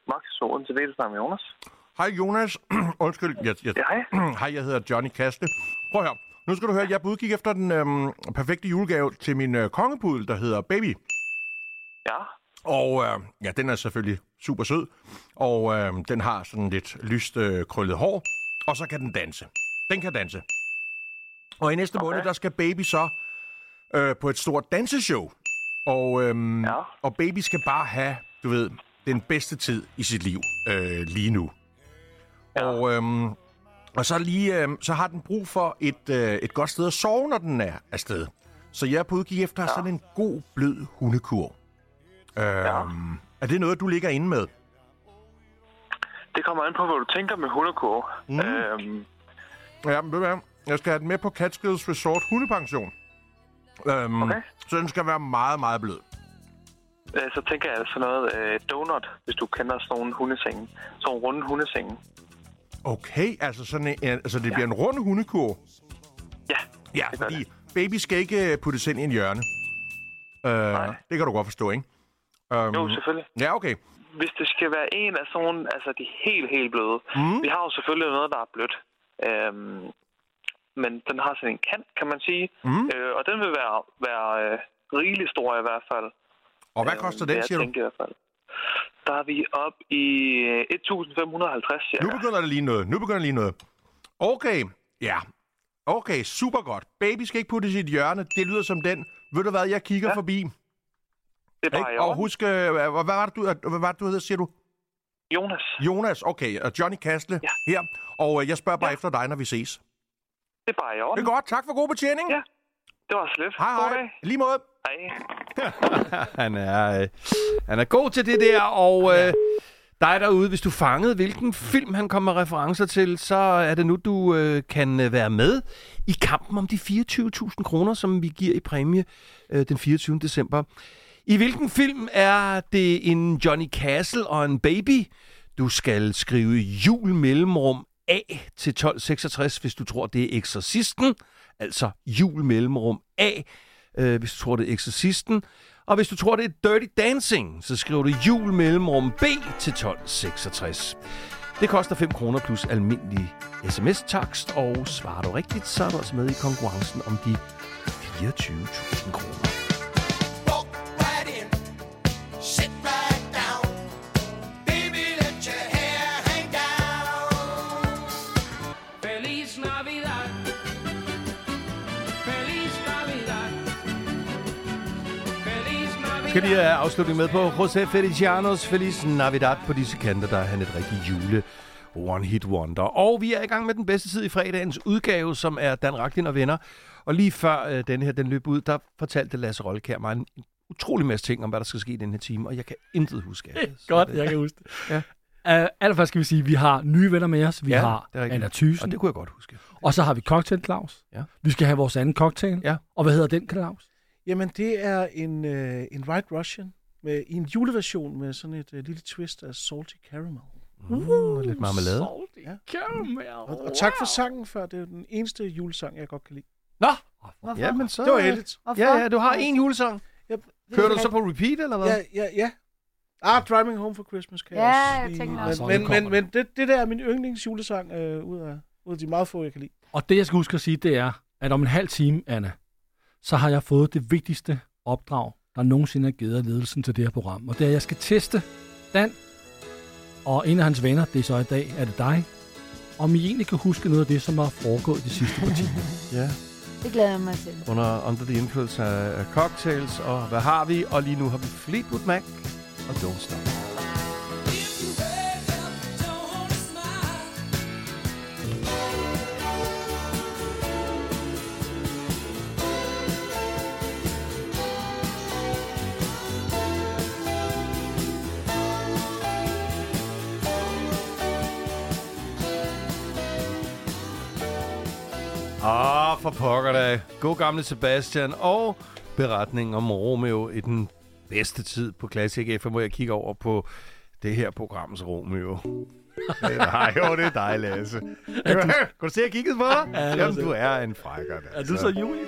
S10: Max Soren til Vægelsen med Jonas.
S2: Hej Jonas. Undskyld, jeg, jeg,
S10: Ja, hej.
S2: hej, jeg hedder Johnny Kaste. Prøv her. Nu skal du høre, jeg er på udkig efter den øhm, perfekte julegave til min øh, kongepudel, der hedder Baby.
S10: Ja,
S2: Og øh, ja, den er selvfølgelig super sød. Og øh, den har sådan lidt lyst øh, krøllet hår. Og så kan den danse. Den kan danse. Og i næste okay. måned, der skal baby så
S11: øh, på et stort danseshow. Og, øhm, ja. og baby skal bare have, du ved, den bedste tid i sit liv øh, lige nu. Ja. Og, øhm, og så, lige, øhm, så har den brug for et, øh, et godt sted at sove, når den er afsted. Så jeg er på udkig efter ja. sådan en god, blød hundekur. Øhm, ja. Er det noget, du ligger inde med?
S10: Det kommer an på, hvad du tænker med hundekurve. Mm. Øhm,
S11: Ja, men ved du hvad? Jeg skal have den med på Catskills Resort hundepension. Øhm, okay. Så den skal være meget, meget blød.
S10: øh, så tænker jeg sådan noget øh, donut, hvis du kender sådan nogle hundesenge. Sådan nogle runde hundesenge.
S11: Okay, altså, sådan en, altså det ja. bliver en rund hundekurv?
S10: Ja,
S11: Ja, fordi baby skal ikke øh, puttes ind i en hjørne. Øh, det kan du godt forstå, ikke? Øhm,
S2: Mhm.
S10: Jo, selvfølgelig.
S11: Ja, okay.
S10: Hvis det skal være en af sådan nogle, altså de helt, helt bløde.
S11: Mm.
S10: Vi har jo selvfølgelig noget, der er blødt. Øhm, men den har sådan en kant, kan man sige.
S11: Mm.
S10: Øh, og den vil være, være øh, rigelig stor i hvert fald.
S11: Og hvad
S10: Øhm,
S11: koster
S10: vil
S11: den,
S10: jeg
S11: siger du?
S10: tænke I hvert fald. Der er vi op i øh, 1.550, cirka.
S11: Nu begynder der lige noget. Nu begynder lige noget. Okay, ja. Okay, super godt. Baby skal ikke puttes i et hjørne. Det lyder som den. Ved du hvad, jeg kigger ja. forbi.
S10: Det er bare i
S11: Ikke? Og
S10: orden.
S11: husk, øh, hvad hvad var det, du, hvad var det, du hedder, siger du?
S10: Jonas.
S11: Jonas, okay. Og Johnny Kastle ja. her. Og øh, jeg spørger bare ja. efter dig, når vi ses.
S10: Det er bare i orden.
S11: Det er godt. Tak for god betjening.
S10: Ja, det var slet.
S11: Hej, hej. Lige måde.
S10: Hej.
S2: han, er, øh, han er god til det der, og øh, dig derude, hvis du fangede, hvilken film han kommer med referencer til, så er det nu, du øh, kan øh, være med i kampen om de 24.000 kroner, som vi giver i præmie øh, den 24. december. I hvilken film er det en Johnny Castle og en baby? Du skal skrive jul mellemrum A til 1266, hvis du tror, det er eksorcisten. Altså jul mellemrum A øh, hvis du tror, det er Exorcisten. Og hvis du tror, det er Dirty Dancing, så skriver du jul mellemrum B til 1266. Det koster 5 kroner plus almindelig sms-takst, og svarer du rigtigt, så er du også med i konkurrencen om de 24.000 kroner.
S9: right in, sit right down, baby, let your hair hang down. Feliz Navidad, Feliz Navidad, Feliz
S2: Vi
S9: Navidad.
S2: skal lige have afslutning med på José Felicianos Feliz Navidad på disse kanter, der er han et rigtig jule One Hit Wonder. Og vi er i gang med den bedste tid i fredagens udgave, som er Dan Raklin og venner. Og lige før øh, den her den løb ud, der fortalte Lasse Rolkær mig en utrolig masse ting om, hvad der skal ske i den her time, og jeg kan intet huske af det.
S1: Godt, jeg kan huske det.
S2: Ja.
S1: Uh, allerførst skal vi sige, at vi har nye venner med os. Vi
S2: Ja,
S1: har
S2: det er rigtigt.
S1: Anna Thysen.
S2: Og det kunne jeg godt huske.
S1: Og så har vi Cocktail Claus.
S2: Ja.
S1: Vi skal have vores anden cocktail.
S2: Ja.
S1: Og hvad hedder den, Claus?
S7: Jamen, det er en, øh, en White Russian med, i en juleversion med sådan et øh, lille twist af salty caramel.
S2: Uh, lidt marmelade.
S1: Salty
S7: ja.
S1: caramel.
S7: Og, og tak for sangen før. Det er den eneste julesang, jeg godt kan lide.
S2: Nå!
S7: Hvorfor?
S2: Ja, men så...
S7: Det var heldigt.
S2: Ja, ja, du har en julesang.
S7: Jeg,
S2: Kører du så på repeat, eller hvad?
S7: Ja, ja, ja. Ah, Driving Home for Christmas kan
S6: Ja,
S7: jeg
S6: jeg
S7: også
S6: tænker
S7: lide.
S6: også.
S1: Så nu
S7: Men, men,
S1: kommer
S7: men, men det, det der er min yndlingsjulesang øh, ud, af, ud af de meget få, jeg kan lide.
S1: Og det, jeg skal huske at sige, det er, at om en halv time, Anna, så har jeg fået det vigtigste opdrag, der nogensinde er givet af ledelsen til det her program. Og det er, at jeg skal teste Dan og en af hans venner, det er så i dag, er det dig, om I egentlig kan huske noget af det, som har foregået de sidste par timer.
S2: ja.
S6: Det glæder jeg mig til.
S2: under Under the Influence af af cocktails, og hvad har vi? Og lige nu har vi Fleetwood Mac og Don't Stop. Ah, for pokker da. God gamle Sebastian og beretningen om Romeo i den bedste tid på Classic FM, hvor jeg kigger over på det her programs Romeo. Nej, jo, det er dig, Lasse. Kan du se, at jeg kiggede på dig?
S1: Ja, det var
S2: Jamen,
S1: det.
S2: du er en frækker. altså.
S1: Er du så Julie?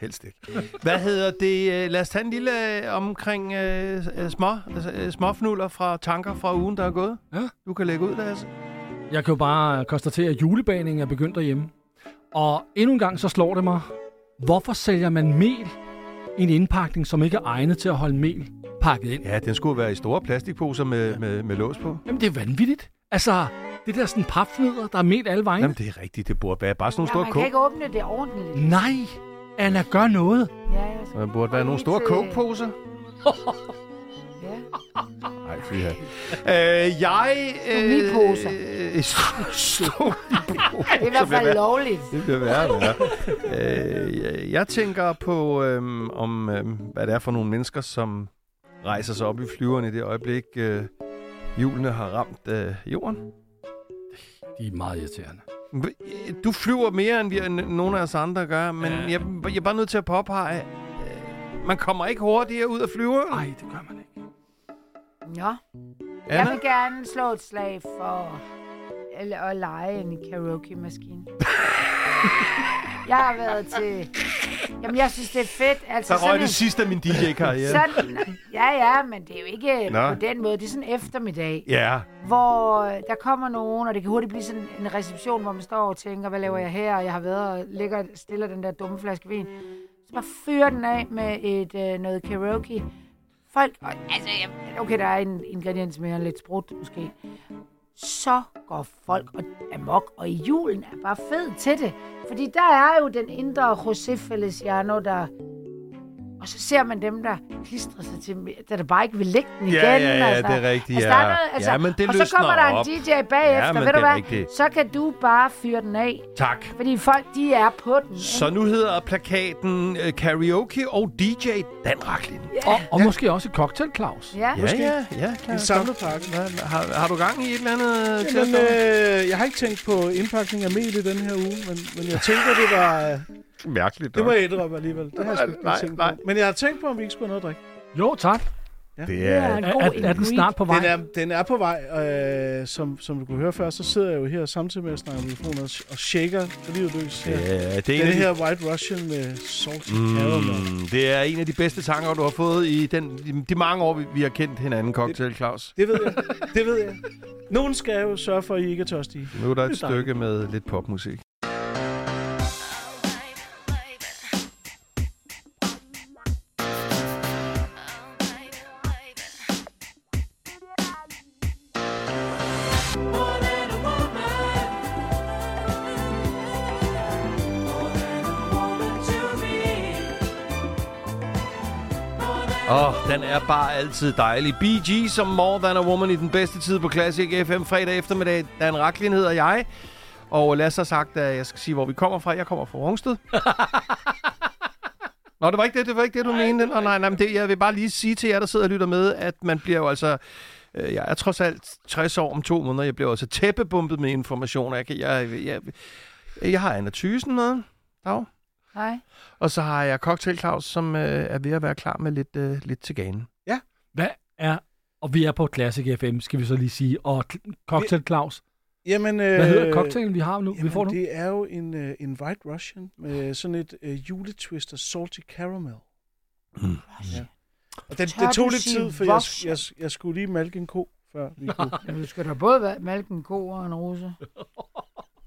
S2: Helst ikke. Hvad hedder det? Øh, Lad os tage en lille øh, omkring øh, øh, små, øh, småfnuller fra tanker fra ugen, der er gået.
S1: Ja.
S2: Du kan lægge ud, Lasse.
S1: Jeg kan jo bare konstatere, at julebaningen er begyndt derhjemme. Og endnu en gang så slår det mig, hvorfor sælger man mel i en indpakning, som ikke er egnet til at holde mel pakket ind?
S2: Ja, den skulle være i store plastikposer med, ja. med, med lås på.
S1: Jamen, det er vanvittigt. Altså, det der sådan papfnidder, der er mel alle vegne.
S2: Jamen, det er rigtigt. Det burde være bare sådan nogle
S6: Ja,
S2: store
S6: man
S2: kog.
S6: kan ikke åbne det ordentligt.
S1: Nej, Anna, gør noget.
S6: Ja, jeg
S2: Der burde være nogle store kogeposer. Nej, fy her. Øh, jeg...
S6: Stomiposer.
S2: Øh, Stomiposer.
S6: Det er i hvert fald lovligt.
S2: Det bliver værre og værre. øh, jeg, jeg tænker på, øhm, om øhm, hvad det er for nogle mennesker, som rejser sig op i flyverne i det øjeblik, øh, hjulene har ramt øh, jorden.
S1: De er meget irriterende.
S2: Du flyver mere, end, vi, end nogen af os andre gør, men
S1: Ja.
S2: ja. jeg, jeg er bare nødt til at påpege, øh, man kommer ikke hurtigere ud af flyveren.
S1: Nej, det gør man ikke.
S6: Nå. Jeg
S2: Anna?
S6: vil gerne slå et slag for eller at lege en karaoke-maskine. jeg har været til... Jamen, jeg synes, det er fedt. Altså,
S2: Så røg
S6: sådan
S2: det sidste af min DJ-karriere.
S6: Sådan, ja, ja, men det er jo ikke
S2: Nå.
S6: Nå. på den måde. Det er sådan en eftermiddag,
S2: Ja.
S6: hvor øh, der kommer nogen, og det kan hurtigt blive sådan en reception, hvor man står og tænker, hvad laver jeg her? Og Jeg har været og ligger og stiller den der dumme flaske vin. Så bare fyrer den af med et øh, noget karaoke. Folk, og, altså, jamen, okay, der er en ingrediens mere, lidt sprut måske. Så går folk og amok, og julen er bare fed til det. Fordi der er jo den indre José Feliciano, der og så ser man dem, der klistrer sig til, der, der bare ikke vil lægge den
S2: Ja,
S6: igen.
S2: ja, ja,
S6: altså.
S2: det er rigtigt,
S6: Altså, der
S2: ja.
S6: er noget, altså,
S2: Ja, men det
S6: og så
S2: løsner
S6: kommer der
S2: op.
S6: en DJ bagefter,
S2: Ja, men
S6: ved du
S2: det er
S6: hvad?
S2: rigtigt.
S6: Så kan du bare fyre den af.
S2: Tak.
S6: Fordi folk, de er på den.
S2: Så nu hedder plakaten øh, karaoke og DJ Dan Raklin.
S1: Ja. Og, og måske også et cocktail, Claus.
S6: Ja.
S2: Ja, ja, ja.
S7: En
S2: Klar.
S7: samlepakke.
S2: Har, har du gang i et eller andet?
S7: Jamen,
S2: Jamen,
S7: øh, jeg har ikke tænkt på indpakning af mel i den her uge, men, men jeg tænker, det var... øh,
S2: øh, mærkeligt
S7: Det må jeg indrømme alligevel. Det har jeg sgu ikke
S2: Nej,
S7: lige tænkt på.
S2: nej.
S7: Men jeg har tænkt på, om vi ikke skulle have noget at drikke.
S1: Jo, tak.
S2: Det er...
S1: Er, er, er den snart på vej?
S7: Den er, den er på vej, og øh, som, som du kunne høre før, så sidder jeg jo her samtidig med at snakke om telefonen og, og shaker for livet løs her.
S2: Ja, det er en
S7: den
S2: af de-
S7: her White Russian med salty caramel.
S2: Mm, det er en af de bedste tanker, du har fået i den, de, de mange år, vi, vi har kendt hinanden, Cocktail Claus.
S7: Det ved jeg. Det ved jeg. Nogen skal jo sørge for, at I ikke er tørstige.
S2: Nu er der et
S7: Det er dejligt.
S2: stykke med lidt popmusik. Åh, oh, den er bare altid dejlig. BG som More Than A Woman i den bedste tid på Classic FM fredag eftermiddag. Dan Raklin hedder jeg. Og lad os have sagt, at jeg skal sige, hvor vi kommer fra. Jeg kommer fra Rungsted. Nå, det var ikke det, det var ikke det, du nej, mente. Nej, nej, nej, men det, jeg vil bare lige sige til jer, der sidder og lytter med, at man bliver jo altså... øh, Jeg er trods alt 60 år om to måneder. Jeg bliver også tæppebumpet med informationer. Jeg, kan, jeg, jeg, jeg, jeg har Anna Thysen med. Dag.
S6: Nej.
S2: Og så har jeg Cocktail Claus, som øh, er ved at være klar med lidt, øh, lidt til ganen.
S1: Hvad er... Og vi er på Classic FM, skal vi så lige sige. Og cl- Cocktail Claus.
S7: Jamen, øh,
S1: Hvad hedder cocktailen, vi har nu? vi
S7: Jamen,
S1: får nu?
S7: det er jo en, øh, en White Russian med sådan et øh, juletwist af salty caramel.
S2: Mm.
S7: Ja. Og den,
S6: Tør
S7: det tog
S6: du
S7: lidt
S6: sige
S7: tid, for jeg,
S6: Russian?
S7: jeg, jeg skulle lige malke en ko, før vi kunne.
S6: Men du skal da både være malke en ko og en rose.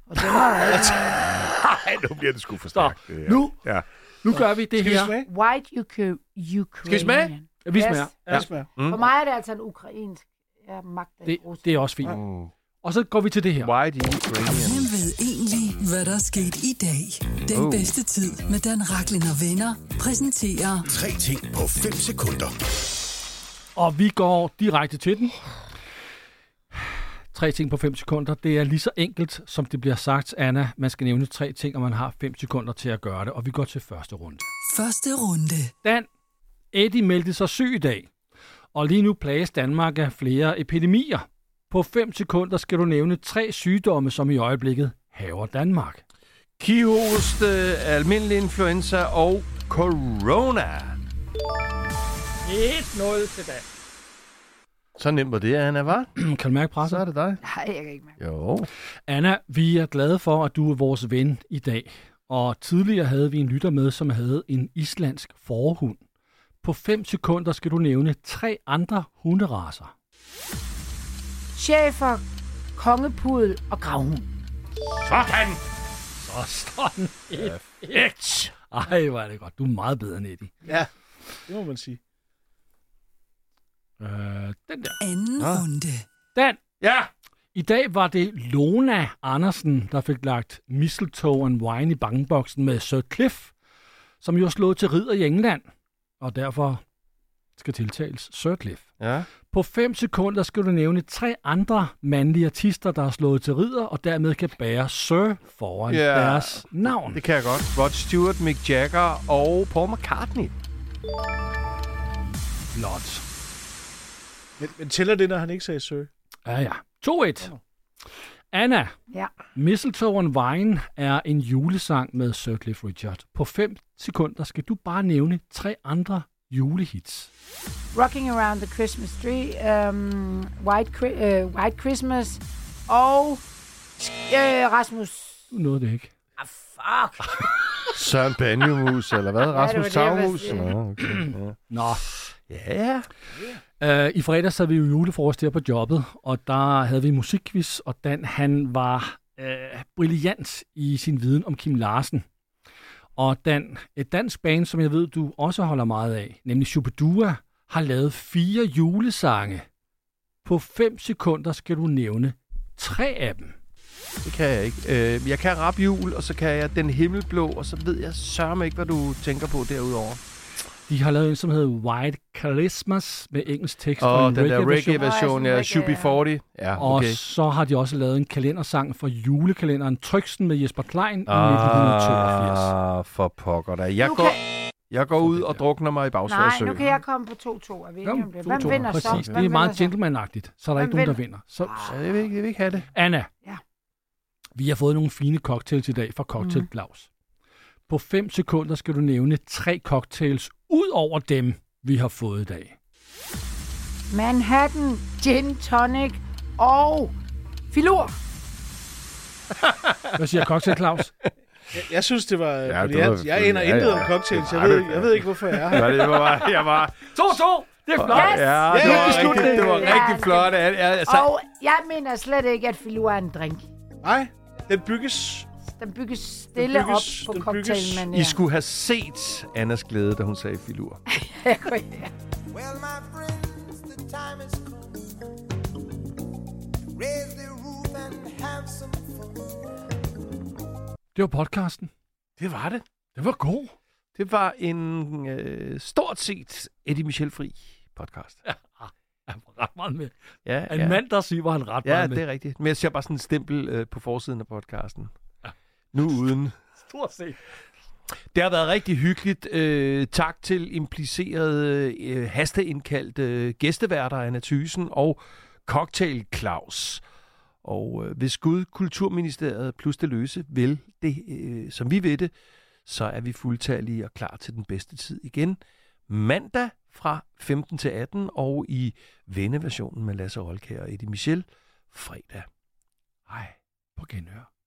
S6: Og den har jeg ikke.
S11: Ej, nu bliver det sgu for
S1: Så,
S11: stærkt. det her.
S1: nu,
S11: Ja.
S1: nu gør vi det
S7: Skal vi
S1: her.
S7: smage?
S6: White Uka- Ukrainian.
S1: Skal vi smage? Ja, vi smager.
S6: Yes.
S1: Ja.
S7: Ja. smager.
S6: For
S2: Mm.
S6: mig er det altså en ukrainsk. Jeg magter ikke
S1: Det,
S6: russisk.
S1: det er også fint. Og så går vi til det her.
S2: Why do you bring me?
S5: Hvem ved egentlig, hvad der er sket i dag? Den
S2: Oh.
S5: bedste tid med Dan Raklin og venner præsenterer
S4: Tre ting på 5 sekunder.
S1: Og vi går direkte til den. Tre ting på 5 sekunder. Det er lige så enkelt, som det bliver sagt, Anna. Man skal nævne tre ting, og man har 5 sekunder til at gøre det. Og vi går til første runde.
S5: første runde.
S1: Dan, Eddie meldte sig syg i dag. Og lige nu plages Danmark af flere epidemier. På 5 sekunder skal du nævne tre sygdomme, som i øjeblikket haver Danmark.
S2: Kihost, øh, almindelig influenza og corona.
S1: 1-0 til Dan.
S2: Så nemt var det, Anna, var?
S1: Kan du mærke
S2: Så
S1: presset?
S2: er det dig.
S6: Nej, jeg kan ikke mærke.
S2: Jo.
S1: Anna, vi er glade for, at du er vores ven i dag. Og tidligere havde vi en lytter med, som havde en islandsk forhund. På 5 sekunder skal du nævne tre andre hunderaser.
S6: Chefer, kongepudel og gravhund.
S1: Og sådan et et. Ej, hvor er det godt. Du er meget bedre end Eddie.
S7: Det må man sige.
S1: Øh, den der.
S5: Anden runde.
S1: Dan,
S2: Ja!
S1: I dag var det Lona Andersen, der fik lagt mistletoe and wine i bankboksen med Sir Cliff. som jo er slået til ridder i England, og derfor skal tiltales Sircliffe.
S2: Ja.
S1: På 5 sekunder skal du nævne tre andre mandlige artister, der er slået til ridder, og dermed kan bære Sir foran
S2: Ja.
S1: yeah. deres navn.
S2: Det kan jeg godt. Rod Stewart, Mick Jagger og Paul McCartney.
S1: Flot.
S7: Men, men tæller det, når han ikke sagde sø?
S1: Ja, ja. 2-1. Anna,
S6: Ja.
S1: Mistletoe on Vine er en julesang med Sir Cliff Richard. På 5 sekunder skal du bare nævne tre andre julehits.
S6: Rocking Around the Christmas Tree, um, White, Chri- øh, White Christmas og øh, Rasmus.
S1: Du nåede det ikke.
S6: Ah, fuck!
S2: Søren Banjemus, eller hvad?
S6: var det,
S2: Rasmus
S6: jeg
S2: Tavmus?
S6: ville sige.
S2: Nå, okay. Ja.
S1: Nå.
S2: Ja.
S1: Uh, I fredags havde vi jo julefrokost her på jobbet, og der havde vi musikquiz, og Dan han var uh, brilliant i sin viden om Kim Larsen. Og Dan, et dansk band, som jeg ved, du også holder meget af, nemlig Shubidua, har lavet fire julesange. På 5 sekunder skal du nævne tre af dem.
S2: Det kan jeg ikke. Øh, jeg kan rap jul, og så kan jeg den himmelblå, og så ved jeg sørme ikke, hvad du tænker på derudover.
S1: De har lavet en, som hedder White Christmas med engelsk tekst.
S2: Og
S1: en
S2: den der
S1: reggae-version.
S2: reggae-version, ja, Shubi 40. Ja, Ah, okay.
S1: Og så har de også lavet en kalendersang for julekalenderen Tryksen med Jesper Klein i 1982.
S2: Ah, for pokker da. Jeg
S6: Nu
S2: går,
S6: kan-
S2: jeg går ud og drukner mig i
S6: Nej,
S2: Bagsværsø.
S6: nu kan jeg komme på 2-2. Er vi enige om det? Hvem
S1: 2-2.
S6: vinder så?
S1: Præcis,
S6: Hvem
S1: det er
S6: vinder
S1: meget
S6: så?
S1: gentlemanagtigt, så er der
S6: Hvem
S1: ikke nogen, der
S6: vinder? Ah.
S1: vinder. Så,
S2: Så jeg vil ikke, jeg vil ikke have det.
S1: Anna,
S6: Ja.
S1: vi har fået nogle fine cocktails i dag fra Cocktail
S6: Mhm.
S1: Claus. På 5 sekunder skal du nævne tre cocktails ud over dem, vi har fået i dag.
S6: Manhattan, Gin Tonic og Filur.
S1: Hvad siger Cocktail Claus?
S7: Jeg, jeg synes, det var ja,
S2: det
S7: brilliant.
S2: var-
S7: Jeg aner
S2: ja,
S7: intet
S2: ja.
S7: om cocktails. Jeg
S2: Ja,
S7: ved,
S2: det-
S7: jeg ved ikke, hvorfor jeg er her.
S2: Var det, jeg var, jeg var,
S1: 2-2! Det er flot!
S6: Yes!
S2: ja, det var,
S7: Ja, det er
S2: rigtig, det var
S6: slutningen.
S2: rigtig flot. Ja, ja, altså,
S6: Og jeg mener slet ikke, at Filur er en drink.
S7: Nej, den bygges.
S6: Den bygges stille
S7: Den bygges-
S6: op på
S7: den bygges-
S6: cocktailmanden.
S2: I skulle have set Annas glæde, da hun sagde filur.
S9: Well, my friends, the time is come. Raise the roof and have some fun.
S1: Det var podcasten.
S2: Det var det.
S1: Det var god.
S2: Det var en øh, stort set Eddie Michel Fri podcast. Ja,
S1: Han var ret meget med.
S2: ja,
S1: En mand, der siger, hvor han ret
S2: ja
S1: meget med.
S2: det er rigtigt. Men jeg ser bare sådan en stempel øh, på forsiden af podcasten. Nu uden.
S1: Stort set.
S2: Det har været rigtig hyggeligt. Øh, tak til implicerede, øh, hasteindkaldte gæsteværter, Anna Thysen og Cocktail Claus. Og øh, hvis Gud, Kulturministeriet plus det løse vil det, øh, som vi ved det, så er vi fuldtallige og klar til den bedste tid igen. Mandag fra 15 til 18 og i vendeversionen med Lasse Olkær og Eddie Michel fredag. Hej.
S1: På genhør.